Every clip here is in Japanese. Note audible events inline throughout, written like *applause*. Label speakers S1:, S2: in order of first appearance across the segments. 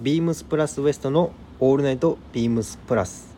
S1: ビームスプラスウエストのオールナイトビームスプラス。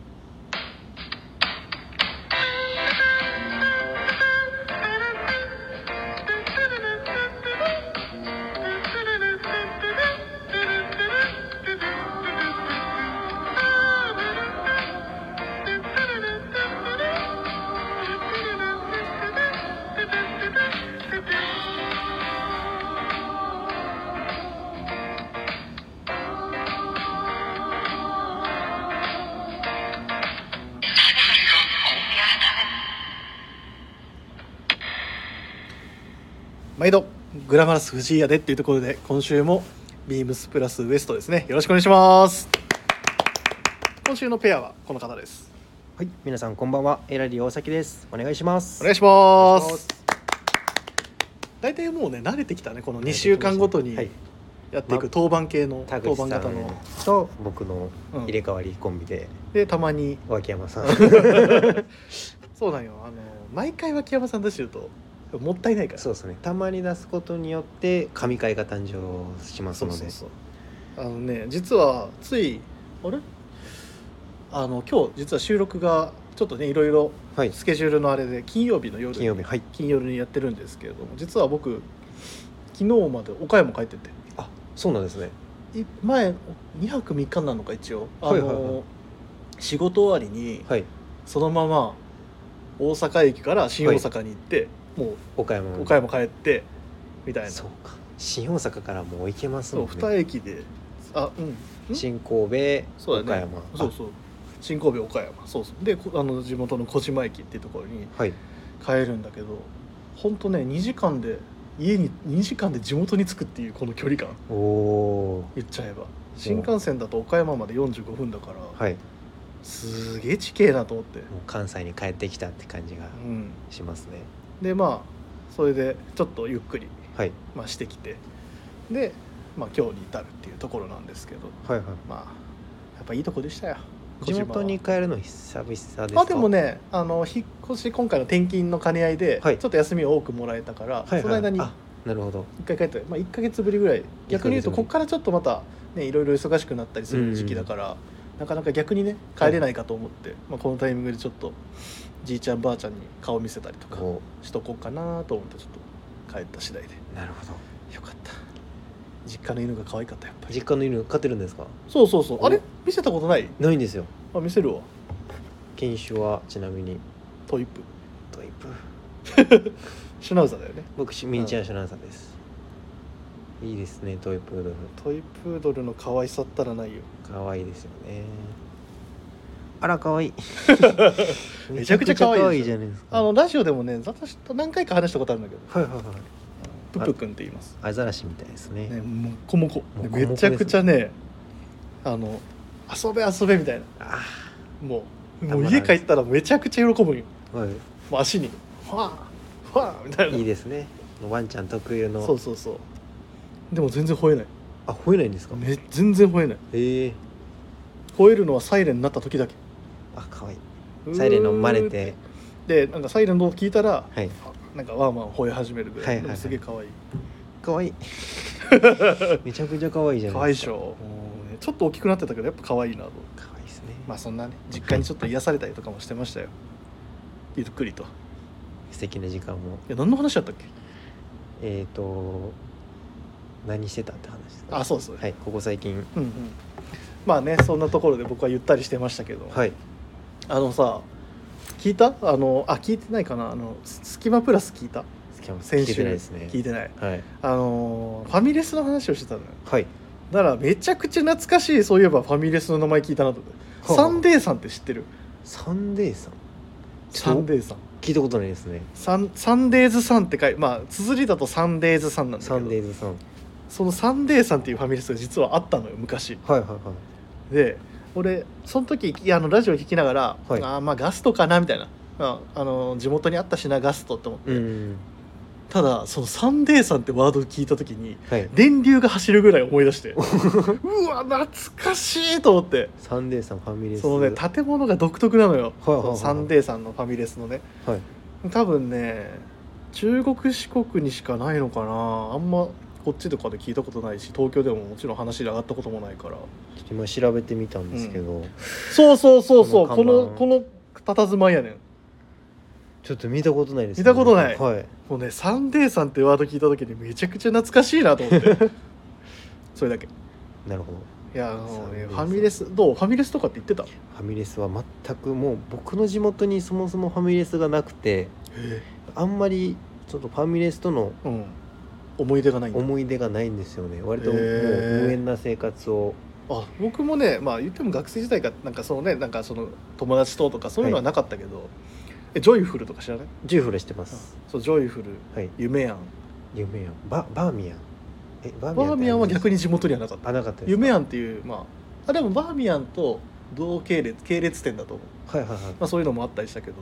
S2: 毎度グラマラス藤井やでっていうところで今週もビームスプラスウエストですねよろしくお願いします今週のペアはこの方です
S1: はい、皆さんこんばんは。エラリー大崎です。お願いします。
S2: お願い
S1: し
S2: します。大体もうね慣れてきたねこの2週間ごとに
S1: はい、
S2: やっていく当番系の
S1: 田
S2: 当
S1: 口
S2: 番
S1: さ
S2: 型
S1: ん
S2: の
S1: と僕の
S2: うん
S1: 入れ替わりコンビで、
S2: でたまに
S1: 脇山
S2: *laughs*
S1: さん。
S2: そうなんよあの毎回脇山さん出してるともったいないから
S1: そうですね。たまに出すことによって神回が誕生します
S2: そ
S1: の
S2: う
S1: で。
S2: そうそうあのね実はついあれあの今日実は収録がちょっとねいろいろ
S1: はい。
S2: スケジュールのあれで金曜日の夜
S1: 金曜日はい。
S2: 金曜日にやってるんですけれども実は僕昨日まで岡山帰ってて
S1: あ、そうなんですね。
S2: い前2泊3日なのか一応あの、
S1: はいはいはい
S2: 仕事終わりに
S1: はい。
S2: そのまま大阪駅から新大阪に行って、も
S1: 岡山ま
S2: う
S1: で。
S2: 岡山帰ってみたいな
S1: そ
S2: そうう,、
S1: か。新大阪からもう行けますもんね。
S2: 2駅であうんん
S1: 新神戸、
S2: そうだ
S1: 岡
S2: ね
S1: 山。あ
S2: そうそう新神戸岡山そうそうでこあの地元の小島駅っていうところに
S1: はい。
S2: 帰るんだけどほんとね2時間で家に2時間で地元に着くっていうこの距離感
S1: おお
S2: 言っちゃえば新幹線だと岡山まで45分だから、
S1: ー。はい。
S2: すげえ地形なと思って、
S1: もう関西に帰ってきたって感じが
S2: うん、
S1: しますね。
S2: でまあそれでちょっとゆっくり、
S1: はい。
S2: まあ、してきてで、まあ、今日に至るっていうところなんですけど
S1: はいはい。
S2: まあやっぱいいとこでしたよ
S1: 地元に
S2: 小島
S1: 帰るの久々ですか。
S2: はあでも。ねあの引っ越し今回の転勤の兼ね合いで、
S1: はい
S2: ちょっと休みを多くもらえたから、
S1: はいはい、
S2: その間に
S1: あなるほど。
S2: 一回帰って、まあ、1か月ぶりぐらい逆に言う
S1: 一ヶ月ぶ
S2: と
S1: り
S2: ここからちょっとまた、ね、いろいろ忙しくなったりする時期だから、なかなか逆にね帰れないかと思って、まあ、このタイミングでちょっとじいちゃんばあちゃんに顔見せたりとか
S1: こ
S2: しとこうかなと思ってちょっと帰った次第で
S1: うなるほど。
S2: よかった実家の犬が可愛かったやっぱり
S1: 実家の犬飼ってるんですか。
S2: そうそうそう
S1: お
S2: あれ見せたことない
S1: ないんですよ。
S2: あ見せるわ
S1: 犬種はちなみに
S2: トイプ
S1: トイプ。
S2: シュナウザーだよね
S1: 僕ミニチュアシュナウザーです。いいですねトイプードル。
S2: トイプードルの可愛さったらないよ
S1: 可愛いですよね。あら可愛い。
S2: *laughs* めちゃくちゃ可愛い
S1: め
S2: でしょ
S1: ちゃくちゃじゃないですか。
S2: あのラジオでもね私と何回か話したことあるんだけど
S1: はいはいはい。
S2: プップくんって言います
S1: アザラシみたいですね。
S2: ね、もっこもこ
S1: もっこもこ
S2: めちゃくちゃねあの遊べ遊べみたいな
S1: あ
S2: もう
S1: た
S2: も
S1: まら
S2: う
S1: ない
S2: 家帰ったらめちゃくちゃ喜ぶんよ
S1: あ、は。
S2: もう足にファーファーみたいない
S1: いいですね。ワンちゃん特有の。
S2: そうそうそうでも全然吠えない
S1: あ吠えないんですか。
S2: め全然吠えない
S1: ええー。
S2: 吠えるのはサイレンになった時だけ
S1: あ可愛い。サイレンの生まれて。
S2: でなんかサイレンの音聞いたら
S1: はい。
S2: なんかワンワン吠え始めるぐらい、
S1: はいはいはい
S2: でもすげえ可愛い
S1: 可 *laughs* 愛い。めちゃくちゃ可愛いじゃ
S2: 可
S1: な
S2: 愛
S1: いで
S2: いですし
S1: か。
S2: ょもうねちょっと大きくなってたけどやっぱ可愛いなと
S1: 可愛いですね。
S2: まあそんなね実家にちょっと癒されたりとかもしてましたよゆっくりとい
S1: 素敵な時間も。
S2: や何の話だったっけ
S1: えっ、と何してたって話ですか。
S2: あそうそう、
S1: はい。ここ最近。
S2: うんうんまあねそんなところで僕はゆったりしてましたけど、
S1: はい。
S2: あのさ聞いたあのあ聞いてないかなあのススキマプラス聞いた
S1: しかも
S2: 先
S1: 聞い
S2: 週
S1: てないですね。
S2: 聞いてない
S1: はい。
S2: あのファミレスの話をしてたのよ
S1: はい。
S2: だからめちゃくちゃ懐かしいそういえばファミレスの名前聞いたなと思ってサン
S1: ー。
S2: デーさんって知ってる
S1: サンデーさん。
S2: サン
S1: ー。
S2: デーさん
S1: 聞いたことないですね。
S2: サンサンデーズさんって書いまあ綴りだとサンデーズさんなんだけ
S1: サ
S2: ど
S1: ンデーズさん。
S2: そのサンデーさんっていうファミレスが実はあったのよ昔
S1: はいはいはい。
S2: で俺その時いやあのラジオ聞きながら、
S1: はい
S2: あーまあガストかなみたいな、まあ、あの地元にあったしなガストって思って、
S1: うん。
S2: ただその「サンデーさん」ってワードを聞いた時に
S1: はい。
S2: 電流が走るぐらい思い
S1: *laughs*
S2: 出してうわ懐かしいと思って
S1: サンデーさんファミレス。
S2: そのね建物が独特なのよ、
S1: はいはいはい
S2: そのサンデーさんのファミレスのね
S1: はい。
S2: 多分ね中国四国にしかないのかなあんまこっちとかで聞いたことないし東京でももちろん話で上がったこともな
S1: *laughs*
S2: いか
S1: ち
S2: ら
S1: ょっと今調べてみたんですけど、
S2: そうそうそうそうこ
S1: こ
S2: の
S1: の
S2: こ
S1: 看
S2: の佇まいやねん
S1: ちょっと見たことないです、
S2: 見たことない
S1: はい
S2: もうね「サンデーさん」ってワード聞いた時にめちゃくちゃ懐かしいなと思って
S1: *laughs*
S2: それだけい
S1: なるほど
S2: やもう
S1: サンデー
S2: ねフ
S1: さ
S2: ァ
S1: ん
S2: ミレスどうファミレスとかって言ってた
S1: ファミレスは全くもう僕の地元にそもそもファミレスがなくてあんまりちょっとファミレスとの
S2: うん思い出がないんだ
S1: 思い出がないんですよね割ともう
S2: へー
S1: 無縁な生活を
S2: あ僕もねまあ言っても学生時代がなんかそのねなんかその友達ととかそういうのはなかったけど、えジョイフルとか知らない
S1: ジューフルしてます、
S2: そうジョイフル
S1: はい
S2: 夢やん
S1: 夢やんババーミヤンえバ
S2: バーミヤンは逆
S1: に
S2: に地元にはなかった
S1: あなかったです
S2: 夢
S1: や
S2: やんっていうまああでもバーミヤンと同系列系列店だと思う、
S1: はいはいはい
S2: まあ、そういうのもあったりしたけど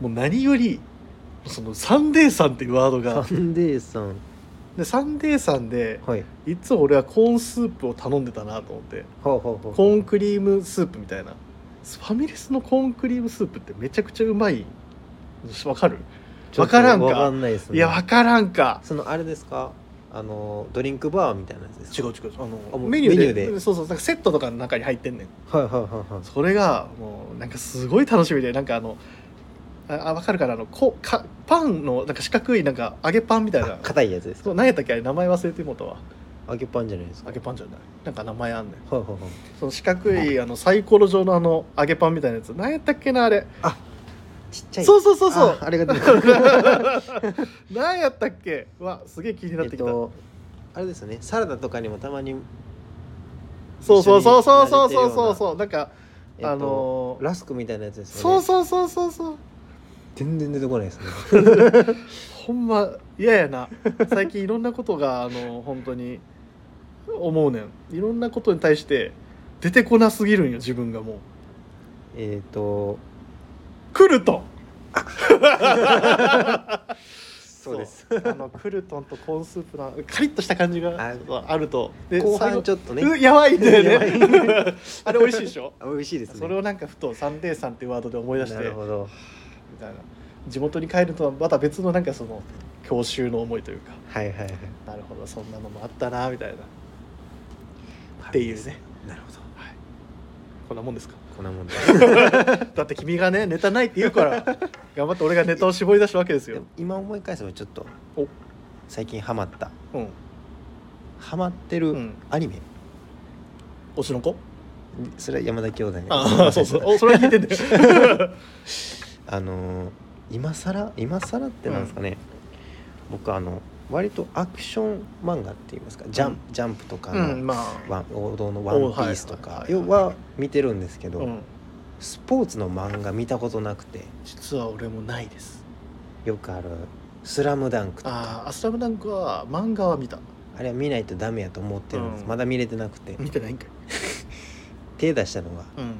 S2: もう何よりそのサンデーさんっていうワードが
S1: サンデーさん
S2: でサンデーさんで
S1: はい
S2: いつも俺はコーンスープを頼んでたなと思って
S1: ほうほうほう
S2: コーンクリームスープみたいなファミレスのコーンクリームスープってめちゃくちゃうまいわかる、
S1: ちょっと
S2: わからんか
S1: わかんないですね
S2: いやわからんか
S1: そのあれですかあのドリンクバーみたいなやつです
S2: 違う
S1: か
S2: 違うあ
S1: あ
S2: の
S1: もう
S2: メニューで
S1: メニューで
S2: そうそうなんかセットとかの中に入ってんねん
S1: はいはいはいはい
S2: それがもうなんかすごい楽しみでなんかあのああわかるかなあのこかパンのなんか四角いなんか揚げパンみたい
S1: あ
S2: な
S1: 硬いやつです
S2: そう
S1: か
S2: 何やったっけあれ名前忘れてもうたわ
S1: 揚げパンじゃないですか
S2: 揚げパンじゃないなんか名前あんねん
S1: はいはいはい
S2: その四角いあのサイコロ状のあの揚げパンみたいなやつ何やったっけなあれ
S1: ちっちゃい
S2: そうそうそうそう
S1: ああれが出てく
S2: *laughs*
S1: る
S2: 何やったっけうわすげえ気になっ
S1: えって
S2: きた、
S1: とあれですよねサラダとかにもたまに、
S2: そうそうそうそう
S1: 一緒
S2: そう
S1: に慣れてるよう
S2: そ
S1: な
S2: うそうそうなんか、
S1: えっと
S2: あのー
S1: ラスクみたいなやつですよ
S2: そう
S1: ね
S2: そうそうそうそう
S1: 全然出てこないですね
S2: ほんま嫌やな最近いろんなことがあの本当に思うねんいろんなことに対して出てこなすぎるんよ自分がもう
S1: えっと
S2: クルトン
S1: そうです
S2: そうあのクルトンとコーンスープのカリッとした感じが
S1: あ
S2: あるとで
S1: 後
S2: 最後
S1: 半ちょっとね
S2: うやばいんだよ
S1: や
S2: ねあれ美味しいでしょ
S1: *laughs* あ美味しいですね
S2: それをなんかふと「サンデーさん」っていうワードで思い出して
S1: なるほど
S2: みたいな地元に帰るとはまた別のなんかその郷愁の思いというか
S1: はいはいはい
S2: なるほどそんなのもあったなみたいなっていうね
S1: なるほど
S2: こんなもん
S1: *laughs*
S2: ですか
S1: こんなもん
S2: *laughs*
S1: で
S2: だって君がねネタないって言うから頑張って俺がネタを絞り出したわけですよ
S1: 今思い返せばちょっと
S2: お
S1: 最近ハマった
S2: うん
S1: ハマって
S2: う
S1: る
S2: ん
S1: アニメ、
S2: 推しの子
S1: それは山田兄弟ね
S2: ああそうそうおそれは聞いてん
S1: *laughs*
S2: だよ
S1: あのー今更今更ってなんですかね、僕あの割とアクション漫画って言いますかジャン,、ジャンプとか
S2: う
S1: の、
S2: んまあ
S1: ワン王道の「ワンピースと
S2: おは
S1: か
S2: い
S1: 要は見てるんですけど、
S2: うん
S1: スポーツの漫画見たことなくて
S2: 実は俺もないです
S1: よくある「スラムダンクと
S2: あ
S1: か
S2: あ「アスラムダンク」は漫画は見た
S1: あれは見ないとダメやと思ってるんです、
S2: うん
S1: まだ見れてなくて
S2: 見てないんかい
S1: 手出したのが
S2: うん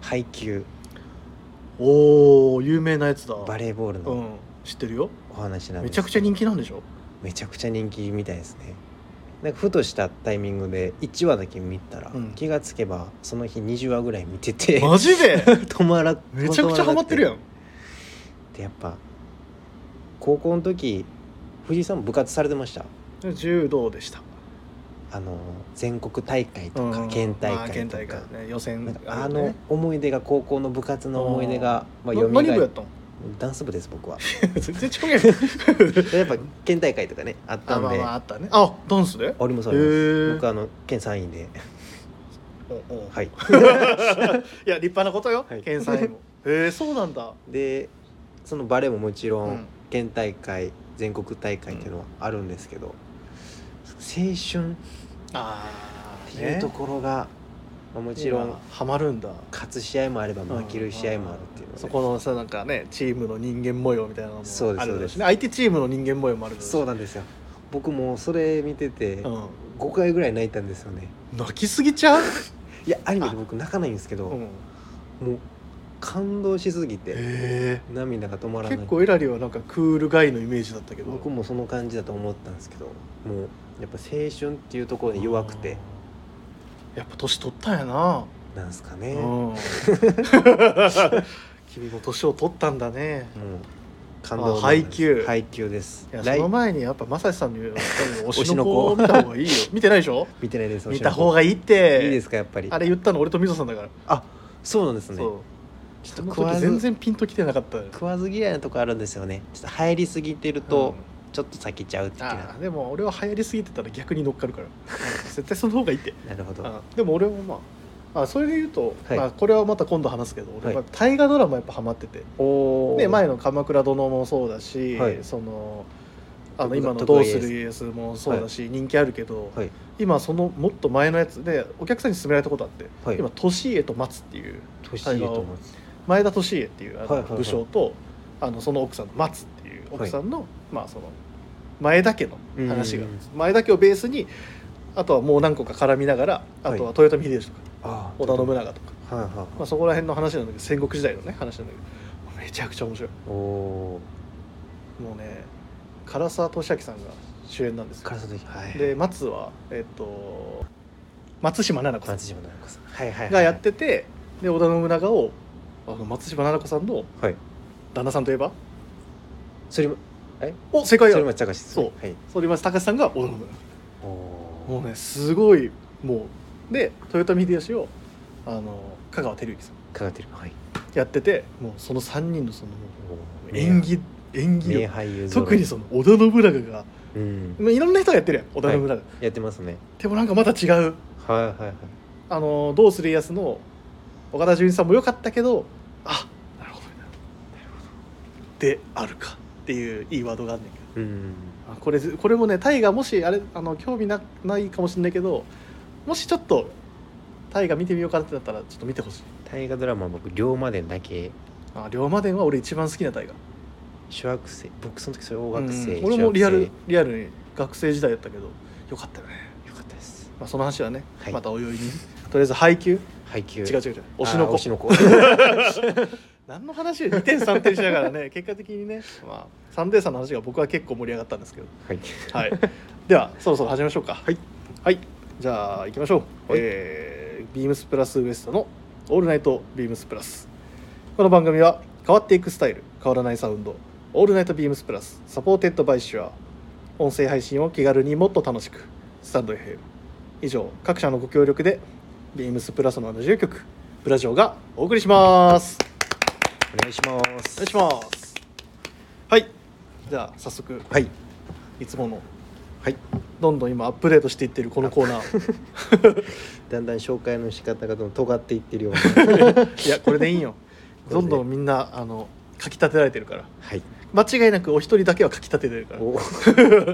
S1: 配球
S2: おお有名なやつだ
S1: バレーボール
S2: う
S1: の
S2: ん知ってるよ
S1: お話なん
S2: め
S1: です
S2: ちゃくちゃ人気なんでしょ
S1: めちゃくちゃ人気みたいですねなんかふとしたタイミングで1話だけ見たら、
S2: うん
S1: 気がつけばその日20話ぐらい見てて
S2: マジ
S1: *laughs*
S2: で
S1: 止まら
S2: めちゃくちゃハマってるや
S1: ん
S2: ん
S1: でやっぱ高校の時藤井さんも部活されてました
S2: 柔道でした
S1: あの全国大会とか
S2: うん
S1: 県大
S2: まあ
S1: 会
S2: 県
S1: と
S2: 大
S1: か
S2: 会、ね予選
S1: なんかあ
S2: るよ
S1: の
S2: ね
S1: 思い出が高校の部活の思い出が、まあ、
S2: な
S1: よみ
S2: 何部
S1: が
S2: や
S1: え
S2: ったの
S1: ダンス部です僕は
S2: 全然違うやん *laughs*
S1: やっぱ県大会とかねあった
S2: あ
S1: んで
S2: まあまああったねあダンスで
S1: ありますあります
S2: え
S1: 僕あの県3位で
S2: *laughs*
S1: はいい
S2: いや立派なことよ
S1: はい
S2: 県産
S1: *laughs*
S2: もへえそうなんだ
S1: でそのバレーももちろ
S2: うんん
S1: 県大会全国大会っていうのはあるんですけど、青春
S2: ああ
S1: っていうところが、まあ、もちろん
S2: ハマるんだ
S1: 勝つ試合もあれば負ける試合もあるっていうので
S2: そこのさなんかねチームの人間模様みたいなのも
S1: そうです
S2: ある
S1: そう
S2: だろう
S1: で
S2: し
S1: す
S2: ね相手チームの人間模様もあるだろうし
S1: そうなんですよ僕もうそれ見てて
S2: うん
S1: 5回ぐらい泣いたんですよね
S2: 泣きすぎちゃう
S1: いやアニメで僕泣かないんですけど、
S2: うんへ
S1: もう感動しすぎて
S2: え
S1: 涙が止まらない
S2: 結構エラリはなんかクールガイのイメージだったけど
S1: 僕もその感じだと思ったんですけどもうやっぱ青春っていうところで弱くて
S2: やっぱ年取ったんやな、
S1: なんすかね、
S2: うん君も年を取ったんだね
S1: もう感動漫画です
S2: あ配給
S1: 配給です
S2: いやそ
S1: 来
S2: の前にやっぱ正志さんの言う推し
S1: しの
S2: の子
S1: 子
S2: を見た方がいい
S1: *laughs*
S2: よ見てないでしょ
S1: 見てないです
S2: 見た方が
S1: い
S2: いいって
S1: いいですかやっぱり
S2: あれ言ったの俺と水野さんだから
S1: あそうなんですね
S2: そう
S1: ちょっ
S2: そ
S1: と
S2: の
S1: 食わ
S2: 時
S1: ず
S2: 全然ピンときてなかった
S1: 食わず嫌いなとこあるんですよねちょっと入りすぎてると、ちょっと先ちゃう的
S2: うんあ
S1: な
S2: ーでも俺は流行りすぎてたら逆に乗っかるから絶対その方がいいって
S1: なるほど
S2: あでも俺もまああそれで言うと、
S1: はい
S2: まあ、これはまた今度話すけど俺
S1: は
S2: はい大河ドラマやっぱハマってて、
S1: お
S2: で前
S1: の
S2: の「鎌倉殿」もそうだし、
S1: はい
S2: そのあの
S1: 徳
S2: 今の「ど
S1: 徳
S2: う
S1: 川家
S2: す
S1: 康
S2: る家康」もそうだし、人気あるけど、
S1: はい
S2: 今そのもっと前のやつでお客さんに勧められたことあって、
S1: はい
S2: 今「利家と松」っていう
S1: 年上と思います
S2: 前田利家っていうあの
S1: はいはいはい
S2: 武将と、あのその奥さんの松っていう奥さんの、まあその前田家の話が
S1: うんうん
S2: 前田家をベースにあとはもう何個か絡みながらあとは豊臣秀吉とか
S1: あー
S2: 織田信長とか、
S1: はいはいはい、
S2: まあ、そこら辺の話なんだけど戦国時代のね話なんだけどめ *laughs* ちゃくちゃ面白い
S1: おお
S2: もうね唐沢俊明さんが主演なんですよ
S1: 唐沢時はい
S2: で松はえっと松島菜々子さん
S1: 松島奈々子さんはいはいはい
S2: がやっててで織田信長をあの松島菜々子さんの
S1: はい
S2: 旦那さんといえば
S1: それも
S2: お正解
S1: そ
S2: だ
S1: れも高橋ですね
S2: そ
S1: はい
S2: 反町隆史さんが
S1: お
S2: 織田信長も
S1: お
S2: うねすごいもうで豊臣秀吉をあの香川照之さん
S1: かかってるはい
S2: やっててもうその3人のそのも
S1: お
S2: う
S1: ー
S2: 演技演技
S1: 名
S2: 力
S1: 俳優揃い
S2: 特にその織田信長が
S1: うん
S2: まあいろんな人がやってるやん織田信長、
S1: やってますね
S2: でもなんかまた違う
S1: はいはいはい
S2: あの「どうする家康」の岡田准一さんも良かったけどあなるほどなるほどであるかっていういいワードがあんねんけ
S1: う
S2: ど
S1: ん
S2: あこれこれもねタイがもしあれあの興味なないかもしれないけどもしちょっとタイが見てみようかなってなったらちょっと見てほしい
S1: 大河ドラマは僕龍馬伝だけ
S2: あ龍馬伝は俺一番好きなタイが
S1: 小学生僕その時それ大学生、
S2: うん俺もリア
S1: 小
S2: ル
S1: 学
S2: リアルに学生時代だったけどよかったよね、
S1: 生よかったです
S2: まあ、その話はね、
S1: はい
S2: またおいおいにとりあえず配給
S1: 配給
S2: 違う違う違う
S1: あー
S2: 推しの子
S1: 推
S2: *laughs*
S1: しの子
S2: 何の話よ2点3点しながらね *laughs* 結果的にね、まあ、サンデーさんの話が僕は結構盛り上がったんですけど、
S1: はい、
S2: はい、 *laughs* ではそろそろ始めましょうかはいはい、じゃあ行きましょう、
S1: はい
S2: えービームスプラスウエストの「オールナイトビームスプラス」この番組は変わっていくスタイル変わらないサウンド「オールナイトビームスプラス」サポーテッドバイシュア音声配信を気軽にもっと楽しくスタンド FM 以上各社のご協力でビームスプラスの70曲ブラジオがお送りします
S1: お願いします
S2: お願いしますはいじゃあ早速
S1: はい
S2: いつもの
S1: はい
S2: どんどん今アップデートしていってるこのコー
S1: *laughs*
S2: ナー
S1: だんだん紹介の仕方がどんどん尖っていってるような
S2: いやこれでいいんよ
S1: これで
S2: どんどんみんなあのかき立てられてるから
S1: はい
S2: 間違いなくお一人だけはかき立ててるから
S1: お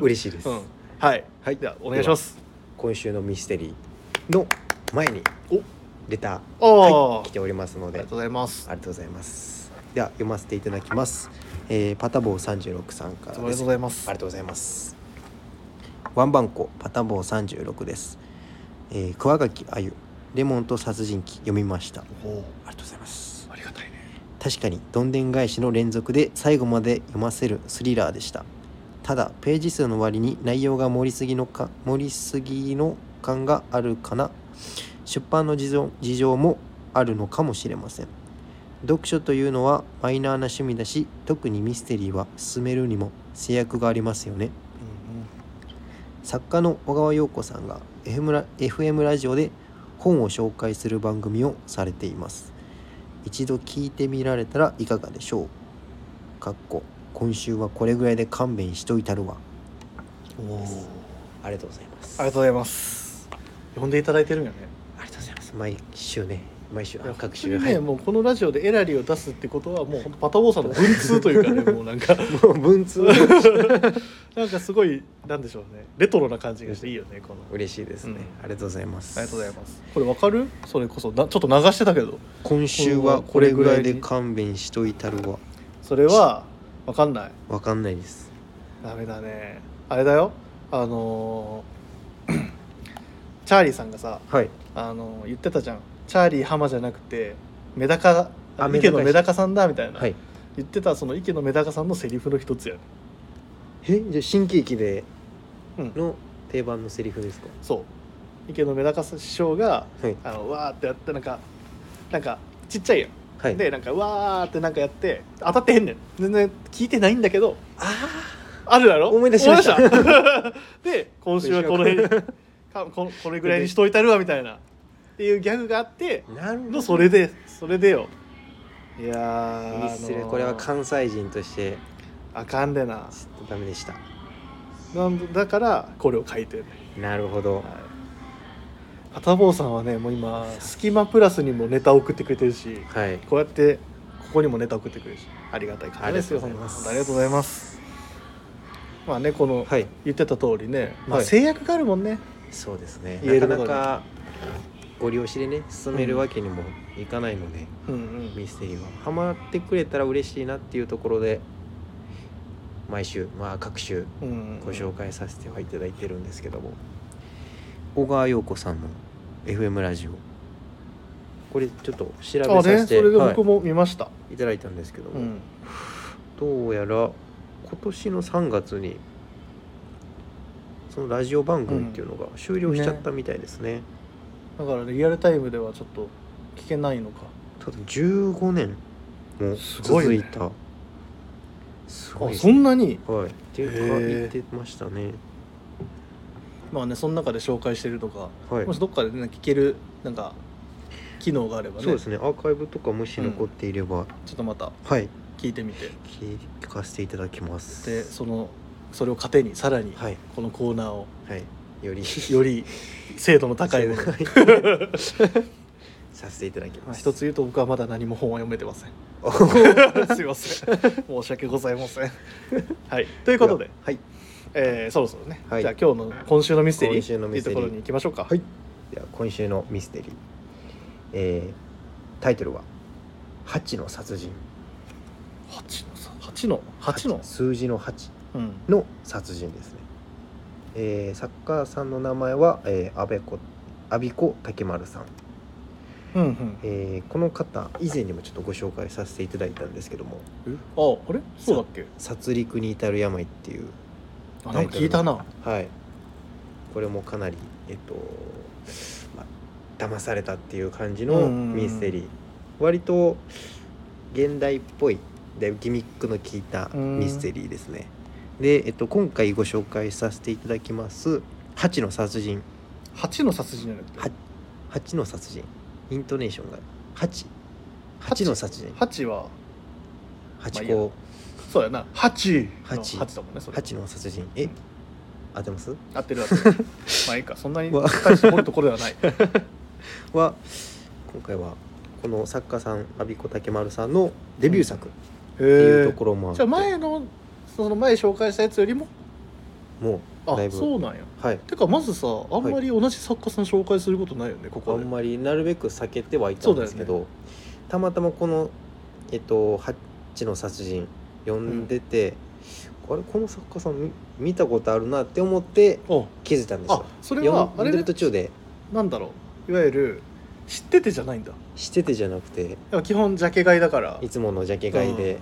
S1: 嬉しいです、
S2: うんはい
S1: はい
S2: ではお願いします
S1: 今週のミステリーの前に
S2: お
S1: レタ
S2: ああ
S1: ー、
S2: ー、
S1: はい、来ておりますの
S2: ありが
S1: で
S2: とうございます
S1: ありがとうございますでは読ませていただきます、えー、パタボー36さんか
S2: あ
S1: ら
S2: り
S1: で
S2: がとう
S1: す
S2: ございます
S1: ありがとうございます。ワンバンコパタボー36です。えー、桑垣あゆレモンと殺人鬼読みました。あ
S2: おお
S1: りがとうございます。
S2: ありがたいね
S1: 確かにどんでん返しの連続で最後まで読ませるスリラーでした。ただページ数の割に内容が盛りすぎのか盛りすぎの感があるかな。出版の事情事情もあるのかもしれません。読書というのはマイナーな趣味だし特にミステリーは進めるにも制約がありますよね。作家の小川陽子さんが FM ラ FM ラジオで本を紹介する番組をされています一度聞いてみられたらいかがでしょうかっこ今週はこれぐらいで勘弁しといたるわ
S2: うんうんおおあ
S1: ありがとうございます
S2: りがとうございます呼んでいただいてるんよね
S1: ありがとうございます毎週ね毎週
S2: いや
S1: *laughs* あ各
S2: 本当
S1: 週
S2: に
S1: は
S2: ね、
S1: いも
S2: もうこのラジオでエラリーを出すってことはもう本当パタボーさんの文通というかね
S1: *laughs*
S2: もうなんか
S1: う文通
S2: なんかすごいなんでしょうねレトロな感じがしていいよねこのあ
S1: 嬉しいですね、
S2: うん
S1: ありがとうございます
S2: りがとうございますこれわかるそれこそなちょっと流してたけど
S1: 今週はこれぐらいで勘弁しといたるわ
S2: それはわかんない
S1: わかんないです
S2: ダメだねあれだよあのー *clears throat* チャーリーさんがさ
S1: はい
S2: あのー言ってたじゃんチャーリー浜じゃなくてメダカ
S1: あメダカ
S2: 池のメダカさんだみたいな、
S1: はい
S2: 言ってたその池のメダカさんのセリフの一つやね
S1: えじゃあ新喜劇で
S2: うん
S1: の定番のセリフですか
S2: そう池のメダカ師匠が
S1: はい
S2: あのわーってやってなんかなんかちっちゃいやん
S1: はい
S2: でなんかうわーってなんかやって当たってへんねん全然聞いてないんだけど
S1: あ
S2: あるだろ
S1: 思い出しました
S2: 思い出
S1: *laughs*
S2: したで今週はこの辺にかここれぐらいにしといたるわみたいなっていうギャグがあって
S1: あなるほ
S2: の
S1: ど
S2: それでそれでよいやー
S1: ミス
S2: あのー
S1: これは関西人として
S2: あかんでな
S1: ちょっとダメでした
S2: なんだからこれを書いてる、
S1: なるほど
S2: はい、片坊さんはねもう今「スキマプラス」にもネタを送ってくれてるし
S1: はい
S2: こうやってここにもネタ送ってくれるしありがたい感じですよ
S1: ありがとうございます
S2: ほんとありがとうございますまあねこの
S1: はい
S2: 言ってた通りね、まあ、
S1: はい
S2: 制約があるもんね、
S1: そうですね
S2: 言え
S1: な
S2: る
S1: か
S2: こと
S1: な
S2: ね
S1: かご利用しでね進めるわけにもいかないので、
S2: うんうん
S1: ミステリーはハマってくれたら嬉しいなっていうところで毎週まあ各週
S2: うんうん
S1: ご紹介させてはいただいてるんですけども小川陽子さんの FM ラジオこれちょっと調べ
S2: あ
S1: さ
S2: ね
S1: せ
S2: そ
S1: て、
S2: れで
S1: は
S2: 僕も見ました、
S1: い、いただいたんですけども、
S2: うん
S1: どうやら今年の3月にそのラジオ番組っていうのが終了しちゃったみたいですね,、
S2: だからねリアルタイムではちょっと聞けないのか
S1: ただ15年も
S2: すごい
S1: 続
S2: ね
S1: いたすごい,、
S2: あそんなに
S1: はいっていうか言ってましたね
S2: まあねその中で紹介してるとか
S1: はい
S2: もしどっかでね聞けるなんか機能があればね
S1: そうですねアーカイブとかもし残っていれば、
S2: ちょっとまた
S1: はい
S2: 聞いてみて
S1: 聞かせていただきます
S2: でそのそれを糧にさらに
S1: はい
S2: このコーナーを
S1: はいよ *laughs* り
S2: より精度の高いものに
S1: はい *laughs* させていただき
S2: ま
S1: ま
S2: あ
S1: す
S2: *laughs*
S1: *laughs*
S2: 一つ言うと僕はまだ何も本は読めてません
S1: お
S2: *laughs* すいません申し訳ございませ
S1: *laughs*
S2: んはいということで、
S1: はい
S2: えーそろそろね、
S1: はい
S2: じゃあ今日の今週のミステリ
S1: 今
S2: ー
S1: 週
S2: っ
S1: の
S2: てい
S1: ミ
S2: う
S1: ステ
S2: と
S1: リー
S2: ころに行きましょうか
S1: はいでは今週のミステリー、えータイトルは「八の殺人」
S2: 八のさ八の八の
S1: 数字の八
S2: うん
S1: の殺人ですね、えー、作家さんの名前は、えー、安倍子阿比子竹丸さん、
S2: うんうん
S1: えーこの方以前にもちょっとご紹介させていただいたんですけども
S2: ああれそうだっけ
S1: 「殺戮に至る病」っていう
S2: あなんか聞いたな
S1: はい、これもかなり、えっとまあ、騙されたっていう感じの
S2: うん
S1: ミステリー割と現代っぽいでギミックの効いたミステリーですねで、えっと、今回ご紹介させていただきます「八の殺人
S2: 八の殺人じゃなくて
S1: は」「八の殺人」イントネーションが「八」「八の殺人」
S2: 八は
S1: 「八
S2: まあいいや
S1: 個
S2: そうやな八の
S1: 八
S2: 八だもんねそれ
S1: 八の殺人」え合ってます
S2: 合ってる合って
S1: *laughs*
S2: るまあいいかそんなに
S1: わ
S2: 大して掘るところでは
S1: *laughs*
S2: ない
S1: は今回はこの作家さん阿比子竹丸さんのデビュー作
S2: へ
S1: っていう
S2: え
S1: ところもあっ
S2: じ
S1: て、
S2: ゃあ前のその前紹介したやつよりも
S1: も
S2: あ
S1: だいぶ
S2: そうなんや
S1: うはい
S2: てかまずさあんまり同じ作家さん紹介することないよねこ
S1: あ
S2: こで
S1: んまりなるべく避けてはいたんですけ
S2: そ
S1: ど、たまたまこの「えっと、ハッチの殺人」読んでて、あれこの作家さん見見たことあるなって思って気づいたんです
S2: ああ
S1: よ。
S2: それはあ
S1: 読ん
S2: れ
S1: で
S2: ね
S1: る途中で
S2: なんだろういわゆる知っててじゃないんだ
S1: しててじゃなくて
S2: いや基本ジャケ買いだから
S1: いつものジャケ買いで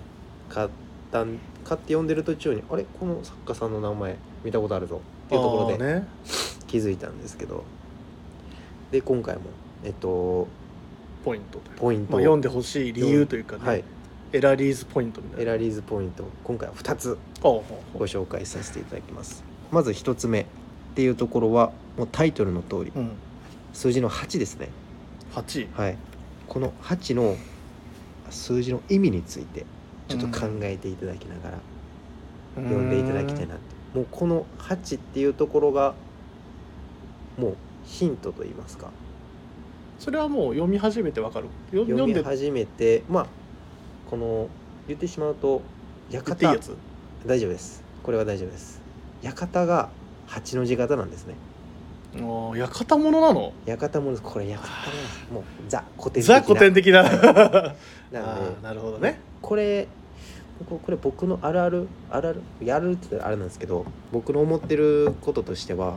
S1: 買ったん買って読んでる途中にあれこの作家さんの名前見たことあるぞっていうところで
S2: あーね
S1: 気づいたんですけどで今回もえっと
S2: ポイントというか
S1: ポイント
S2: ま
S1: を、
S2: あ、読んでほしい理由というかね、
S1: はい
S2: エラリーズポイントみた
S1: エ
S2: いな
S1: ラリーズポイント今回は2つ
S2: ああ
S1: ご紹介させていただきますまず1つ目っていうところはもうタイトルの通り
S2: うん
S1: 数字の8ですね
S2: 8
S1: はいこの8の数字の意味についてちょっと考えていただきながら読んでいただきたいなともうこの8っていうところがもうヒントと言いますか
S2: それはもう読み始めてわかるよ
S1: 読
S2: 読
S1: み
S2: んで
S1: 始めてまあこの言ってしまうと
S2: 言っていい
S1: 館
S2: やつ
S1: 大丈夫ですこれは大丈夫です館が八の字型なんですね
S2: あー館物なの
S1: 館もですこれ館なんですもうザ古典的な
S2: ザ古典的な
S1: な
S2: あ
S1: ので
S2: ーなるほどね
S1: これここれ僕のあるあるあるあるやるって言ったらあれなんですけど僕の思ってることとしては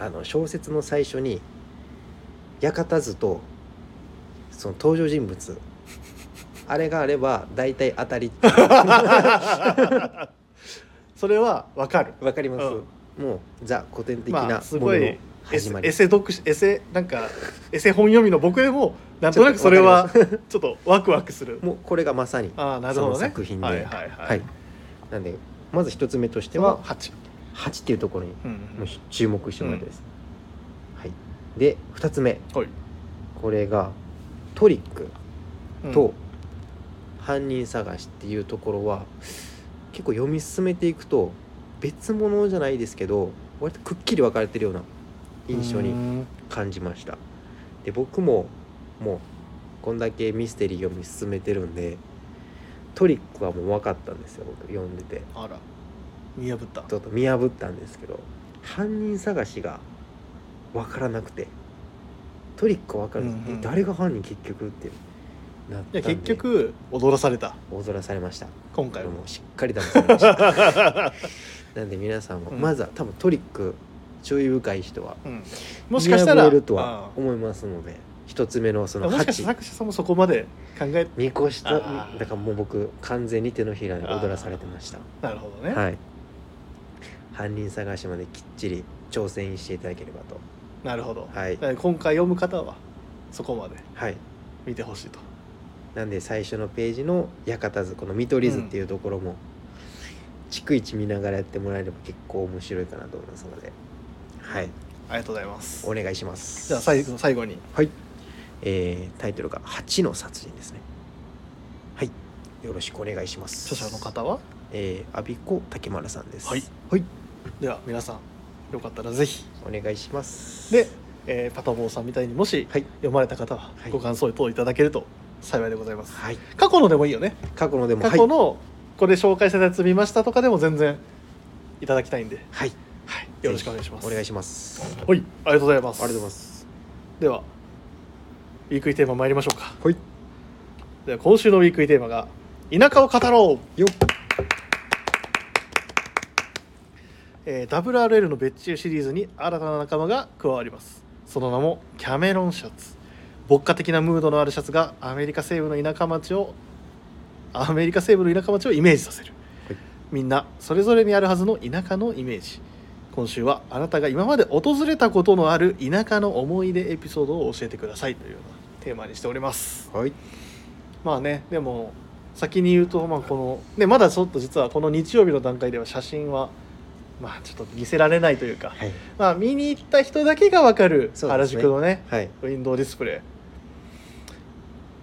S1: あの小説の最初に館図とその登場人物あれがあれば大体当たり
S2: *laughs*
S1: っていう
S2: *laughs* それはわかる
S1: わかります、もうザ古典的なものの
S2: エセ
S1: 始まり、
S2: エセ読しエセなんかエセ本読みの僕でもなんとなくそれは
S1: ちょっとわかり
S2: ちょっとワクワクする
S1: ますもうこれがまさに
S2: ああなる
S1: そ
S2: ほ
S1: の
S2: どね
S1: 作品で、
S2: はいはい
S1: は
S2: はい
S1: い、なんでまず一つ目として
S2: では
S1: は
S2: 8
S1: 8っていうところに
S2: うんう
S1: もうん注目してもらいたいです、はい、で2つ目
S2: はい
S1: これがトリック
S2: うん
S1: と犯人探しっていうところは結構読み進めていくと別物じゃないですけど割とくっきり分かれてるような印象
S2: う
S1: に
S2: ん
S1: 感じましたで僕ももうこんだけミステリー読み進めてるんでトリックはもう分かったんですよ僕読んでて
S2: あら見破った
S1: ちょっと見破ったんですけど犯人探しが分からなくてトリックは分かるんです、
S2: うんうん
S1: え誰が犯人結局ってなっ
S2: い
S1: た
S2: や
S1: んで
S2: 結局踊らされた
S1: 踊らされました
S2: 今回
S1: 俺
S2: も
S1: もしっかり騙されました
S2: う *laughs*
S1: なんで皆さんも
S2: うん
S1: まずは多分トリック注意深い人は
S2: *laughs* んもしかした
S1: 見
S2: ら
S1: 破れるとは
S2: あ
S1: 思いますので一つ目のそ
S2: あ
S1: の
S2: もしかしたら
S1: 8
S2: 作者さんもそこまで考え
S1: 見越した
S2: あー
S1: だからもう僕完全に手のひらに踊らされてました
S2: なるほどね
S1: はい犯人探しまできっちり挑戦していただければと
S2: なるほど
S1: はい
S2: だから今回読む方はそこまで
S1: はい
S2: 見てほしいと
S1: なんで最初のページの「館図」この「見取り図」っていうところも逐一見ながらやってもらえれば結構面白いかなと思いますのではい
S2: ありがとうございます
S1: お願いします
S2: じゃあ最後最後に
S1: えータイトルが「8の殺人」ですねはいよろしくお願いします
S2: 著者の方は
S1: えー、阿比子竹丸さんです
S2: はい、
S1: はい、
S2: では皆さんよかったらぜひ
S1: お願いします
S2: で、えーパタボーさんみたいにもし
S1: はい
S2: 読まれた方は
S1: はい
S2: ご感想等いただけると幸いでございます、
S1: はい
S2: 過去のでもいいよね
S1: 過去のでも
S2: 過去のこれ紹介したやつ見ましたとかでも全然いただきたいんで、
S1: はい、はい、
S2: はい、よろしくお願いします
S1: お願いしますありが
S2: はいありがとうございます
S1: とうございます
S2: ではウィークイテーマ参りましょうか
S1: はい
S2: では今週のウィークイテーマが田舎を語ろう
S1: よっ
S2: えー WRL の別注シリーズに新たな仲間が加わりますその名もキャメロンシャツ牧歌的なムードのあるシャツがアメリカ西部の田舎町をアメリカ西部の田舎町をイメージさせる、
S1: はい
S2: みんなそれぞれにあるはずの田舎のイメージ今週はあなたが今まで訪れたことのある田舎の思い出エピソードを教えてくださいというようなテーマにしております
S1: はい
S2: まあねでも先に言うと、まあ、この、ね、まだちょっと実はこの日曜日の段階では写真は、まあ、ちょっと見せられないというか、
S1: はい
S2: まあ、見に行った人だけが分かる
S1: そうですね
S2: 原宿のね
S1: はい
S2: ウィンドウディスプレイ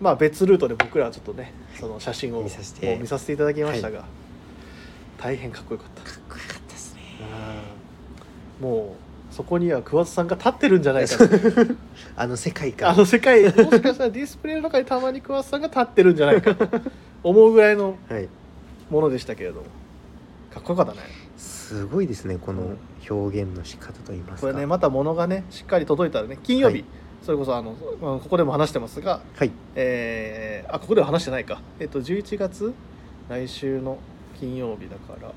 S2: まあ別ルートで僕らはちょっとねその写真を
S1: 見させて
S2: もう見させていただきましたが、大変かっこよかった
S1: かっこよかったですね
S2: もうそこには桑田さんが立ってるんじゃないかと
S1: あの世界
S2: あ
S1: 観
S2: の世界もしかしたらディスプレイの中にたまに桑田さんが立ってるんじゃないかと思うぐらいの
S1: はい
S2: ものでしたけれどもかっこよかったね
S1: すごいですねこ
S2: う
S1: の
S2: ん
S1: 表現の仕方といいます
S2: こ
S1: か
S2: れねまた物がねしっかり届いたらね金曜日、
S1: はい
S2: それこそあのまあここでも話してますが
S1: はい
S2: えーあここでは話してないかえっと11月来週の金曜日だから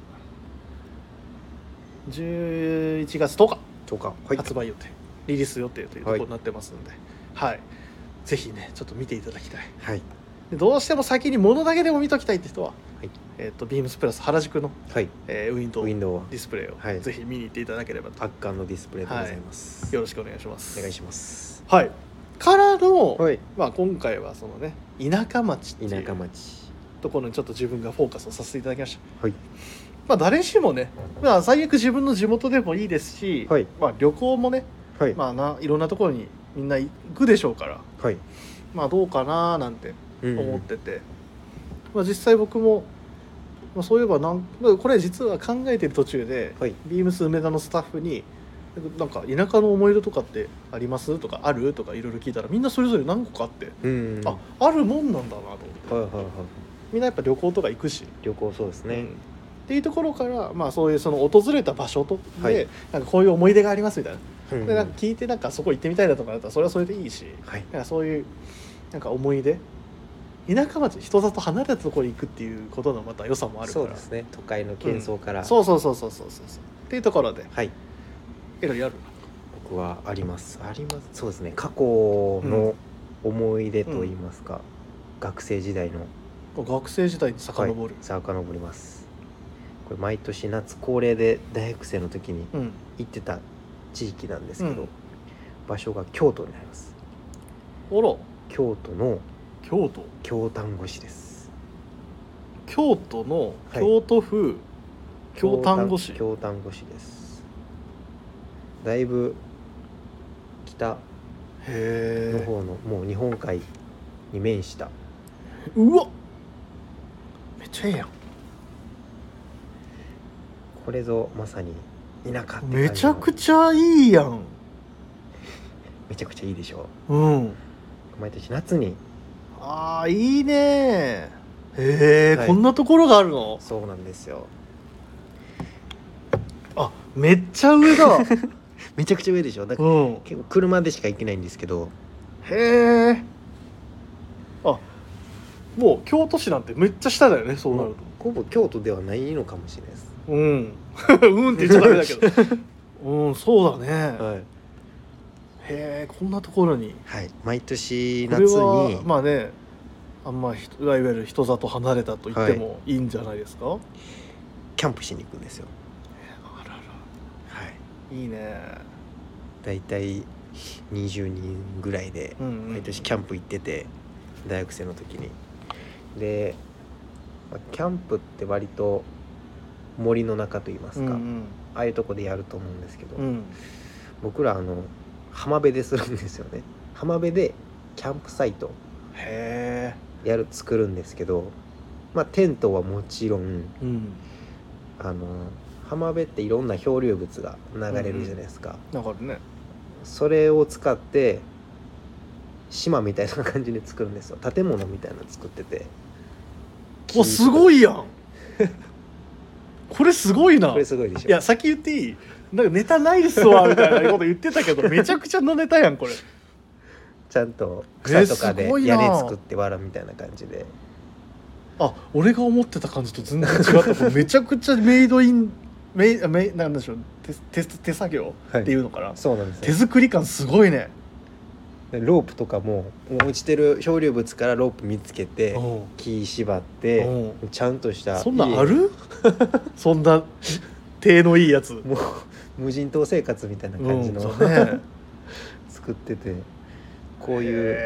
S2: 11月10日
S1: とかはい
S2: 発売予定、リリース予定というところになってますんではい、ぜひねちょっと見ていただきたい
S1: はい
S2: でどうしても先に物だけでも見ときたいって人は、
S1: はい
S2: えっとビームスプラス原宿の、
S1: はい
S2: えーウィンド
S1: ウ
S2: ウ
S1: ィン
S2: デ
S1: ドウは
S2: ィスプレイを、
S1: はい
S2: ぜひ見に行っていただければと
S1: 圧巻のディスプレイでございます、
S2: よろしくお願いします
S1: お願いします
S2: はいからの、
S1: はい
S2: まあ、今回はそのね田舎町ってい
S1: 田
S2: う
S1: 舎町
S2: ところにちょっと自分がフォーカスをさせていただきました
S1: はい
S2: まあ誰しもね、まあ、最悪自分の地元でもいいですし、
S1: はい
S2: まあ、旅行もね、
S1: はい、
S2: まあ、ないろんなところにみんな行くでしょうから、
S1: はい、
S2: まあ、どうかななんて
S1: うん
S2: 思ってて、まあ、実際僕も、まあ、そういえばなんまあこれ実は考えてる途中で、
S1: はい
S2: ビームス梅田のスタッフに「なんか田舎の思い出とかってあります?」とか「ある?」とかいろいろ聞いたらみんなそれぞれ何個かあって、
S1: うん
S2: ああるもんなんだなと思って
S1: はいはいはい
S2: みんなやっぱ旅行とか行くし。
S1: 旅行そうですね、
S2: うんっていうところから、まあ、そういうその訪れた場所とで、
S1: はい
S2: なんかこういう思い出がありますみたいな,、
S1: うん
S2: でなんか聞いてなんかそこ行ってみたいなとかだったらそれはそれでいいし
S1: はい
S2: なんかそういうなんか思い出田舎町人里離れたところに行くっていうことのまた良さもあるか
S1: そ
S2: ら
S1: うですね都会の喧騒から、
S2: そうそうそうそうそうそうそうっていうところで
S1: はい
S2: えらいある
S1: 僕はありますありますそうですね過去の思い出といいますか、学生時代の
S2: 学生時代に遡る、
S1: はい遡りますこれ毎年夏恒例で大学生の時に
S2: うん
S1: 行ってた地域なんですけど、
S2: うん
S1: 場所が京都になります
S2: おろ
S1: 京都の
S2: 京都
S1: 京丹後市です
S2: 京都の
S1: はい
S2: 京都府、京丹後市
S1: 京丹後市ですだいぶ北の
S2: へえ
S1: 方のもう日本海に面した
S2: うわめっちゃええやん
S1: これぞまさに田舎って感じの
S2: めちゃくちゃいいやん
S1: めちゃくちゃいいでしょ
S2: うん
S1: う毎年夏に
S2: あーいいねーへえ、
S1: はい
S2: こんなところがあるの
S1: そうなんですよ
S2: あめっちゃ上だ
S1: めちゃくちゃ上でしょだから
S2: うん
S1: 結構車でしか行けないんですけど
S2: へえあもう京都市なんてめっちゃ下だよねそうなる
S1: ほぼ京都ではないのかもしれないです
S2: とうんうん *laughs* って言っちゃダメだけど *laughs* うんそうだね、
S1: はい、
S2: へえこんなところに
S1: はい、毎年
S2: こ
S1: 夏
S2: れ
S1: に
S2: はまあねあんまひいわゆる人里離れたと言ってもいいんじゃないですか、
S1: キャンプしに行くんですよ
S2: あらら
S1: はい
S2: いいね
S1: 大体20人ぐらいで
S2: うんうん
S1: 毎年キャンプ行ってて大学生の時にで、まあキャンプって割と森の中といいます
S2: うんう
S1: か、
S2: ん
S1: ああいうとこでやると思うんですけど、
S2: うん
S1: 僕らあの浜辺でするんですよね浜辺でキャンプサイト
S2: へえ
S1: やる作るんですけどまあテントはもちろん
S2: うん
S1: あの浜辺っていろんな漂流物が流れるじゃないですか、
S2: だからね
S1: それを使って島みたいな感じで作るんですよ建物みたいなの作ってて
S2: おすご
S1: い
S2: いや *laughs* んこれすごいな
S1: これすごいでしょ
S2: いや先言っていいなんかネタないっすわみたいなこと言ってた *laughs* けどめちゃくちゃのネタやんこれ
S1: ちゃんと草とか
S2: えー
S1: です
S2: ごいな
S1: 屋根作って藁みたいな感じで
S2: あ俺が思ってた感じと全然違った *laughs* これめちゃくちゃメイドインメイあメイなんでしょう手手手作業
S1: は
S2: っていうのかな、
S1: そうなんです
S2: 手
S1: よ
S2: 作り感すごいね、
S1: でロープとかももう落ちてる漂流物からロープ見つけて
S2: うん
S1: 木縛って
S2: うん
S1: ちゃんとした
S2: そんなん
S1: 家
S2: あ *laughs* るそんな手のいいやつ
S1: もう無人島生活みたいな感じの、
S2: うんそうね
S1: 作っててこういう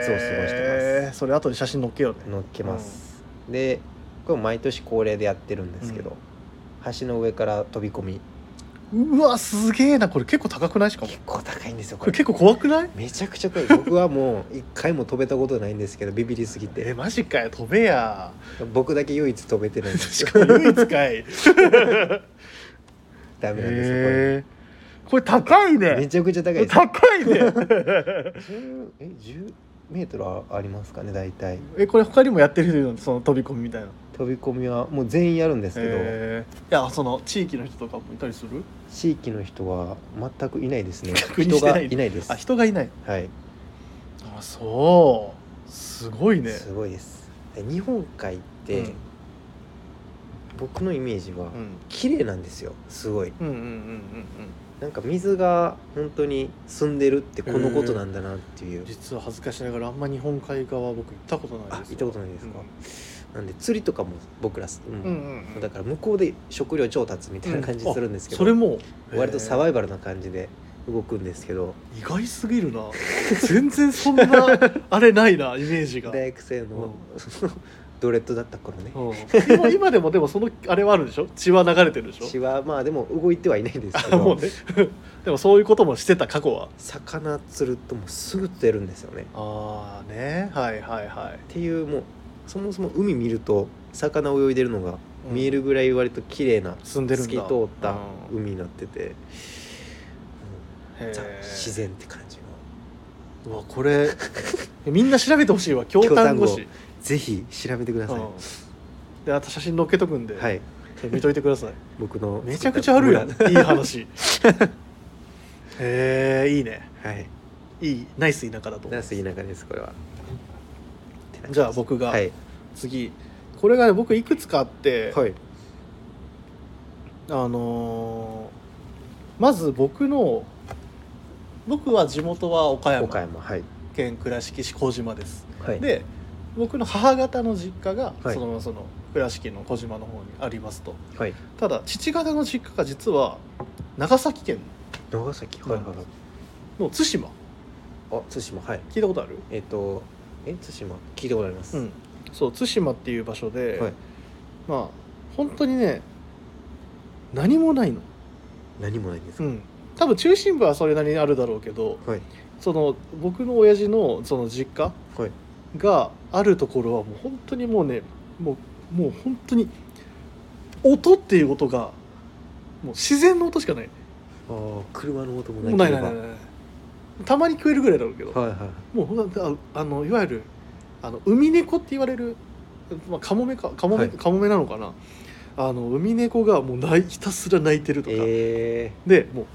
S1: 夏を過ごして
S2: へ
S1: ま
S2: ーそれ後で写真載っけようね
S1: す乗っけます、でこれも毎年恒例でやってるんですけど、橋の上から飛び込み
S2: うわすげえなこれ結構高くないしかも
S1: 結構高いんですよこ
S2: これ
S1: れ
S2: 結構怖くない
S1: めちゃくちゃ高い僕はもう一回も飛べたことないんですけどビビりすぎ
S2: え
S1: て
S2: マジかよ飛べや
S1: 僕だけ唯一飛べてないんですよ
S2: 確かに唯一か *laughs* い
S1: ダメなんですよこれ
S2: へえこれ高い
S1: め
S2: ね
S1: ちゃくちゃ高いです
S2: 高い *laughs* ね
S1: 10え10メートルあありますかね大体
S2: えこれ他にもやってる人いるのその飛び込みみたいな
S1: 飛び込みはもう全員やるんですけど、
S2: へえいやその地域の人とかもいたりする
S1: 地域の人は全くいないですね
S2: 確認
S1: 人
S2: して
S1: が
S2: ない
S1: いないです
S2: あ人がいない
S1: はい
S2: あそうすごいね
S1: すごいですで日本海って、
S2: うん
S1: 僕のイメージは
S2: うん
S1: 綺麗なんですよすごい
S2: うんうんうん
S1: なんか水が本当に澄んでるってこのことなんだなっていう
S2: う、ん実は恥ずかしながらあんま日本海側僕行ったことない
S1: あ
S2: です
S1: 行ったことないですか、なんで釣りとかも僕らす、うん
S2: うんうんうん
S1: だから向こうで食料調達みたいな感じするんですけど、
S2: それも
S1: 割とサ
S2: へ
S1: バイバルな感じで動くんですけど
S2: え意外すぎるな全然そんなあれないなイメー *laughs* ジが
S1: 大学生の、
S2: う
S1: ドレッドだった頃ね
S2: うん今今でもでもそのあれはあるでしょ血は流れてるでし
S1: 血
S2: ょ
S1: はまあでも動いてはいないんですけ
S2: あ
S1: ど
S2: もうね *laughs* でもそういうこともしてた過去は
S1: 魚釣るともうすぐ釣れるんですよね
S2: ああねはいはいはい
S1: っていうもうそもそも海見ると魚泳いでるのが
S2: うん
S1: 見えるぐらい割と綺麗な
S2: 住んでる
S1: 透
S2: んだ
S1: き通った
S2: うん
S1: 海になってて、
S2: へ
S1: うん
S2: え
S1: ザ自然って感じの
S2: うわこれみんな調べてほしいわ京丹後市
S1: 京ぜひ調べてください、
S2: うんであと写真載っけとくんで、
S1: はい
S2: 見といてくださ
S1: *laughs*
S2: い
S1: 僕の
S2: めちゃくちゃあるやん
S1: 作っ
S2: い
S1: *laughs*
S2: い話へえいいね
S1: たはい
S2: いいナイス田舎だと思
S1: ナ
S2: う
S1: ス田舎ですこれは
S2: じゃあ僕が
S1: はい
S2: 次、これがね僕いくつかあって、
S1: はい
S2: あのーまず僕の僕は地元は岡
S1: 岡
S2: 山
S1: 山はい
S2: 県倉敷市小島です、
S1: はい
S2: で僕の母方の実家が、
S1: はい
S2: そのその倉敷の小島の方にありますと
S1: はい
S2: ただ父方の実家が実は長崎県
S1: 長崎はいはいはい
S2: の対馬
S1: あ対馬はい
S2: 聞いたことある
S1: えっ、とえ対馬聞いたことあります、
S2: うんそう対馬っていう場所で、
S1: はい
S2: まあ本当にね何もないの、
S1: 何もないんです
S2: う
S1: か、
S2: ん、多分中心部はそれなりにあるだろうけど
S1: はい
S2: その僕の親父のその実家
S1: はい
S2: があるところはもう本当にもうねもうもう本当に音っていうことがもう自然の音しかない
S1: ああ車の音も
S2: もうな
S1: ないけ
S2: な
S1: れ
S2: い
S1: ば
S2: ないないないたまに食えるぐらいだろうけど、
S1: はいはい
S2: もうほんとああのいわゆるあの海猫って言われる、まあ、カモメかカモメ、
S1: はい
S2: カモメなのかなあの海猫がもうないひたすら鳴いてるとか、
S1: え
S2: でもう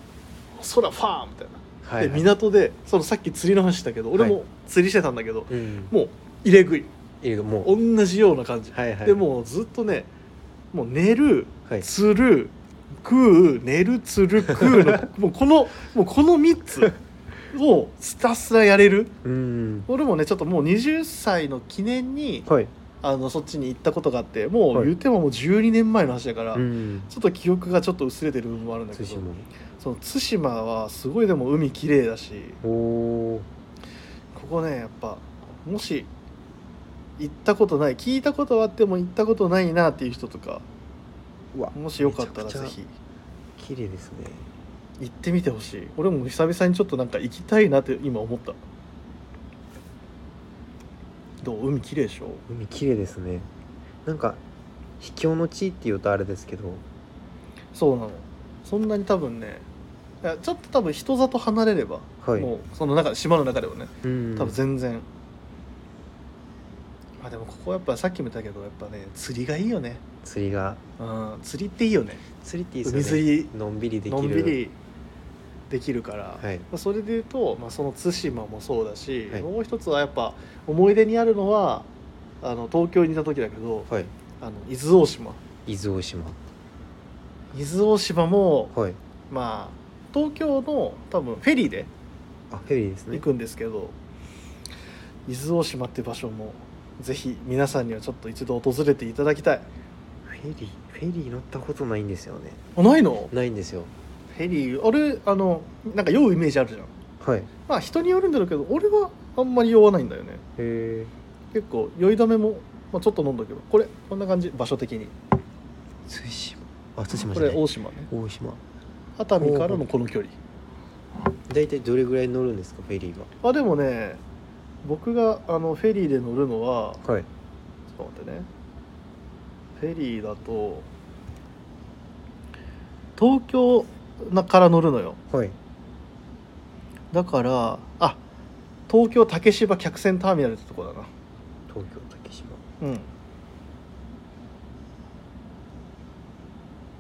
S2: 空ファーみたいな、
S1: ー、はい、
S2: で
S1: はい、
S2: 港でそのさっき釣りの話したけど俺
S1: は
S2: も釣りしてたんだけど、
S1: うん
S2: もう入れ食い
S1: いやもう
S2: 同じような感じ、
S1: はいはい
S2: でもうずっとねもう寝る
S1: はい
S2: 釣る食う寝る釣る食う
S1: *laughs*
S2: のもうこのもうこの3つをひたすらやれる
S1: うん
S2: 俺もねちょっともう20歳の記念に
S1: はい
S2: あのそっちに行ったことがあってもう
S1: はい
S2: 言うてももう12年前の話だから、
S1: うん
S2: ちょっと記憶がちょっと薄れてる部分もあるんだけ
S1: 対
S2: ど
S1: 馬
S2: その対馬はすごいでも海綺麗だし
S1: おおー
S2: ここねやっぱもし行ったことない聞いたことはあっても行ったことないなっていう人とか
S1: うわ
S2: もしよかったら
S1: めち
S2: ぜ
S1: ゃくちゃ
S2: ひ
S1: 綺麗ですね
S2: 行ってみてほしい俺も久々にちょっとなんか行きたいなって今思ったどう海綺麗でしょ
S1: 海綺麗ですねなんか秘境の地っていうとあれですけど
S2: そうなのそんなに多分ねいやちょっと多分人里離れれば、
S1: はい
S2: もうその中島の中でもね
S1: うん
S2: 多分全然、まあでもここはやっぱさっきも言ったけどやっぱね釣りがいいよね
S1: 釣りが
S2: うん釣りっていいよね
S1: 釣りっていいですよ
S2: 海
S1: ね
S2: 釣り
S1: のんびりできる
S2: のんびりできるから、
S1: はい
S2: まあそれでいうと、まあ、その対馬もそうだし、
S1: はい
S2: もう一つはやっぱ思い出にあるのはあの東京にいた時だけど
S1: はい
S2: あの伊豆大島
S1: 伊豆大島
S2: 伊豆大島も
S1: はい
S2: まあ東京の多分フェリーで
S1: あフェリーですね
S2: 行くんですけど、伊豆大島って場所もぜひ皆さんにはちょっと一度訪れていただきたい
S1: フェリーフェリー乗ったことないんですよね
S2: あないの
S1: ないんですよ
S2: フェリーあれあのなんか酔うイメージあるじゃん
S1: はいへ
S2: まあ人によるんだろうけど俺はあんまり酔わないんだよね
S1: え
S2: 結構酔いだめも、まあ、ちょっと飲んだけどこれこんな感じ場所的に
S1: 対馬あ対馬じ
S2: こ
S1: ゃ
S2: れ
S1: ない
S2: 大島ね
S1: 大島
S2: 熱海からのこの距離
S1: 大体どれぐらい乗るんですかフェリー
S2: あでもね僕があのフェリーで乗るのはちょ
S1: ははい
S2: っと待ってねフェリーだと東京なから乗るのよ
S1: はい
S2: だからあ東京竹芝客船ターミナルってとこだな
S1: 東京竹島
S2: うん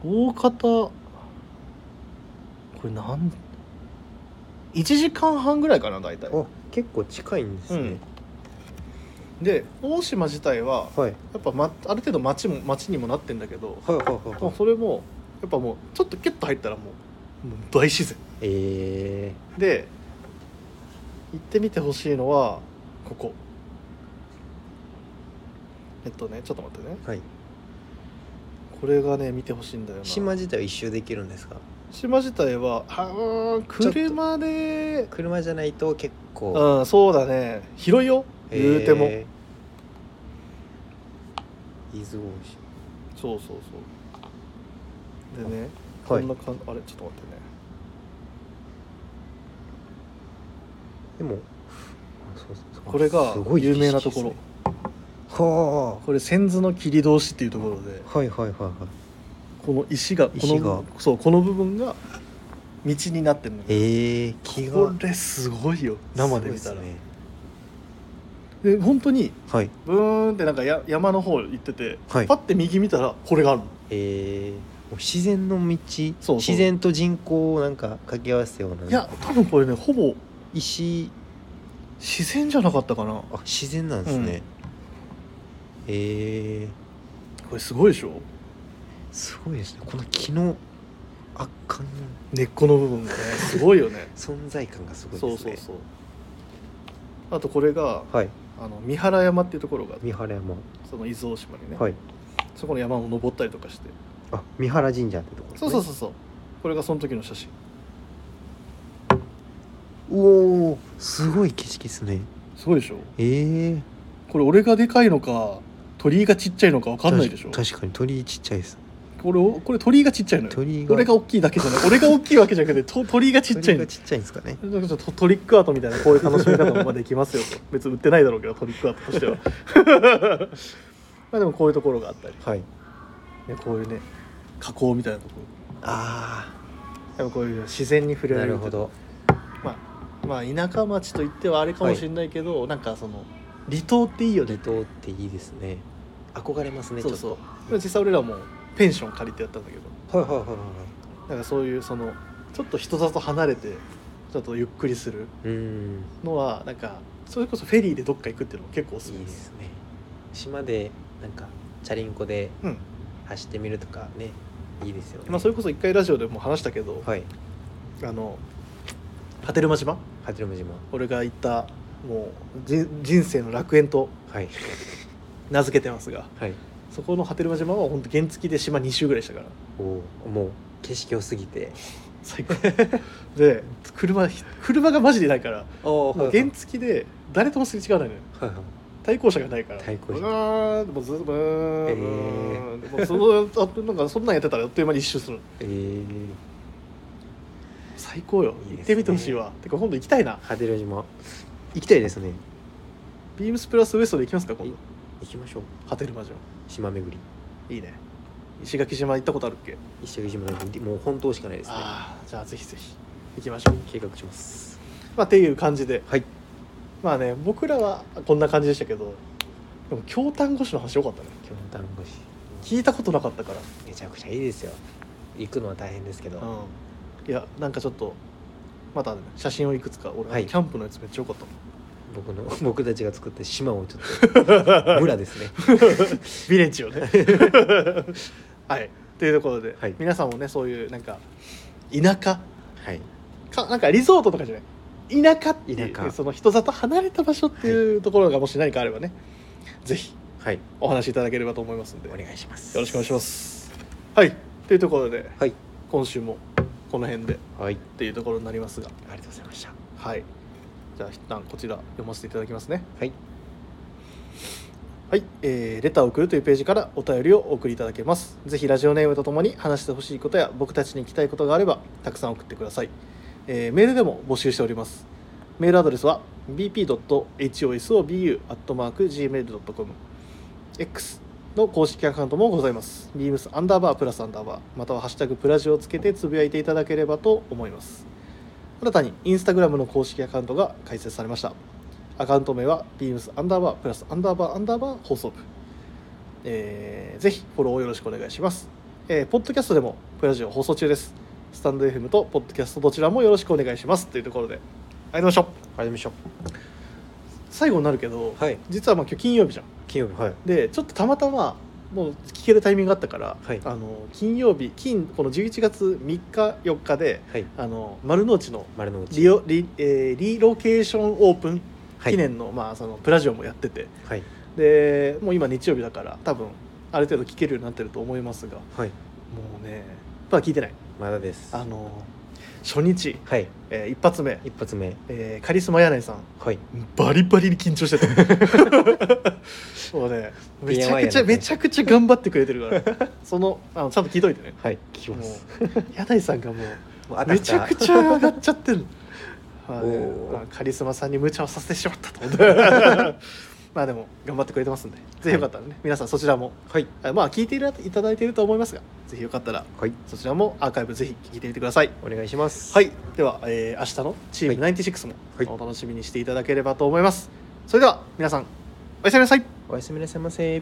S2: 大方これなん1時間半ぐらいかな大体
S1: あ結構近いんですね、
S2: で大島自体は
S1: はい
S2: やっぱ、ま、ある程度町も町にもなってんだけど
S1: はいはいはい
S2: ま
S1: は
S2: あ
S1: い
S2: それもやっぱもうちょっとキュッと入ったらもうもう大自然
S1: え
S2: で行ってみてほしいのはここえっとねちょっと待ってね
S1: ー、はい
S2: これがね見てほしいんだよな
S1: 島自体は一周できるんですか
S2: 島自体はあー車で
S1: 車じゃないと結構
S2: うんそうだね広いよ言うても、
S1: えー伊豆
S2: そうそうそうでね
S1: 大島は
S2: こんない感じ、あれちょっと待ってね
S1: でもあそうそうそう
S2: これが
S1: すごい
S2: 有名なところ、
S1: 景色ですねは
S2: これ千頭の切通しっていうところで
S1: あはいはいはいはい
S2: この石がこの
S1: 石が
S2: そうこの部分が道になってるのよ
S1: ええー、気
S2: こ
S1: が
S2: れすごいよ
S1: 生です
S2: ごい
S1: ね
S2: 見たらで本当に
S1: はい
S2: ブーンってなんかや山の方行ってて、
S1: はい
S2: パッて右見たらこれがあるの
S1: えー、もう自然の道
S2: そう
S1: 自然と人口をなんか掛け合わせたようない
S2: や多分これねほぼ
S1: 石
S2: 自然じゃなかったかな
S1: あ自然なんですね、えー、
S2: これすごいでしょ
S1: すごいですねこの木の圧巻の
S2: 根っこの部分がねすごいよね
S1: 存在感がすごいです
S2: *laughs* そ
S1: ね
S2: うそうそうあとこれが
S1: はい
S2: あの三原山っていうところが
S1: 三原山
S2: その伊豆大島にね、
S1: はい
S2: そこの山を登ったりとかして
S1: あ三原神社ってところです
S2: そう
S1: ね
S2: そうそうそうこれがその時の写真
S1: おおすごい景色ですね
S2: すごいでしょ
S1: ええー、
S2: これ俺がでかいのか鳥居がちっちゃいのか分かんないでしょ
S1: 確確かに鳥居ちっちゃいです
S2: これおこれ鳥居がちっちゃいのよ
S1: 鳥居が
S2: 俺が大きいだけじゃない俺が大きいわけじゃなくてと鳥居がちっちゃ
S1: 鳥居
S2: いの
S1: がちっちゃいんですかね
S2: なんかちょっとトリックアートみたいなこういう楽しみ方もまあできますよ *laughs* と別に売ってないだろうけどトリックアートとして *laughs* はまあでもこういうところがあったり、
S1: はい
S2: ね、こういうね加工みたいなところ
S1: あ
S2: やっぱこういう自然に触
S1: あ
S2: れら
S1: な
S2: れ
S1: る
S2: る
S1: ほ
S2: という
S1: ど
S2: まあ、まあ田舎町といってはあれかもしれないけど、なんかその離島っていいよ
S1: 離
S2: ね
S1: 島っていいですね憧れますね
S2: そう
S1: ちょ
S2: そ
S1: っ
S2: う実際俺らもペンション借りてやったんだけど
S1: とはいはいはいは
S2: なんかそういうそのちょっと人里離れてちょっとゆっくりする
S1: いうん
S2: のはなんかそれこそフェリーでどっか行くっていうのも結構おすす
S1: い
S2: め
S1: い
S2: で
S1: ですすね島でなんかチャリンコで
S2: うん
S1: 走ってみるとかねいいですよね、
S2: まあ、それこそ一回ラジオでも話したけど、
S1: はい
S2: あの波照間島
S1: 波照間島
S2: 俺が行ったもうじ人生の楽園と
S1: はい
S2: 名付けてますが
S1: はい
S2: そこの波照間島は本当原付きで島2周ぐらいしたから
S1: おおもう景色良すぎて
S2: 最高で車車がマジでないから
S1: お
S2: もう原付きで誰ともすれ違わないのよ
S1: はいはい
S2: 対向車がないから
S1: 対向車
S2: ブーンもうずブーンブーン
S1: えー
S2: もうそのあなんかそんなんやってたらあっという間に一周するの
S1: えー、
S2: 最高よ
S1: いいですね
S2: 行ってみてほしいわてか今度行きたいな
S1: 波照間島行きたいですね
S2: ビームスプラスウエストで行きますか今度
S1: 行きましょう
S2: 波照間島
S1: 島巡り
S2: いいね石垣島行ったことあるっけ
S1: 石垣島巡りもう本当しかないですね
S2: ああじゃあぜひぜひ行きましょう、
S1: 計画します
S2: まあ、っていう感じで
S1: はい
S2: まあね僕らはこんな感じでしたけどでも京丹後市の話よかったね
S1: 京丹後市
S2: 聞いたことなかったから
S1: めちゃくちゃいいですよ行くのは大変ですけど、
S2: うんいやなんかちょっとまた、ね、写真をいくつか俺、
S1: はい
S2: キャンプのやつめっちゃ良かったもん
S1: 僕の僕たちが作った島をちょっ *laughs* と村ですね
S2: ビレッジ
S1: *laughs*
S2: をねはいというところで、
S1: はい
S2: 皆さんもねそういうなんか田舎
S1: はい
S2: かなんかリゾートとかじゃない田舎っていう
S1: 田舎
S2: その人里離れた場所っていうところがもし何かあればね、ぜひ
S1: はい
S2: お話しいただければと思いますので
S1: お
S2: よ
S1: 願いします
S2: ろしくお願いしますはいというところで
S1: はい
S2: 今週もこの辺でっ
S1: はい
S2: ていうところになりますが
S1: ありがとうございました
S2: はいじゃあ一旦こちら読ませていただきますね
S1: はい
S2: はい、えーレターを送るというページからお便りをお送りいただけます。ぜひラジオネームとともに話してほしいことや僕たちに聞きたいことがあればたくさん送ってください。えーメールでも募集しております。メールアドレスは bp.hosobu.gmail.com X の公式アカウントもございます。beams アンダーバープラスアンダーバーまたはハッシュタグプラジオをつけてつぶやいていただければと思います。新たにインスタグラムの公式アカウントが開設されました。アカウント名は beams アンダーバープラスアンダーバーアンダーバー放送部、えーぜひフォローをよろしくお願いします、えーポッドキャストでもプラジオ放送中ですスタンド FM とポッドキャストどちらもよろしくお願いしますというところでありがとうございました
S1: ありがとうございました
S2: 最後になるけど、
S1: はい
S2: 実はまあ今日金曜日じゃん
S1: 金曜日はい
S2: でちょっとたまたまもう聞けるタイミングがあったから、
S1: はい
S2: あの金曜日金この11月3日4日で
S1: はい
S2: あの丸の内の
S1: 丸の内
S2: リオリ,、えーリロケーションオープン
S1: はい
S2: 記念の,、まあそのプラジオもやってて
S1: はい
S2: でもう今日曜日だから多分ある程度聞けるようになってると思いますがも
S1: はい、
S2: うねまだ聞いてない
S1: まだです
S2: あの初日、
S1: はい
S2: えー一発目、
S1: 一発目
S2: えーカリスマ柳井さん
S1: はい
S2: バリバリに緊張してたもうねめちゃくちゃ
S1: DIY
S2: めちゃくちゃ頑張ってくれてるからそのあのちゃんと聞いといてね
S1: はい聞き
S2: もう
S1: ます
S2: 柳井さんがも
S1: もうあ
S2: うめちゃくちゃ上がっちゃってる
S1: *laughs*
S2: のまあね
S1: おー
S2: まあカリスマさんに無茶をさせてしまったと思って *laughs* まあでも頑張ってくれてますんでぜひよかったらね、皆さんそちらも
S1: はい
S2: あまあ聞いていただいていると思いますがぜひよかったら
S1: はい
S2: そちらもアーカイブぜひ聞いてみてください
S1: お願いします
S2: はいでは、えー明日のチーム96も
S1: はい
S2: お楽しみにしていただければと思います、それでは皆さんおやすみなさい
S1: おやすみなさいませ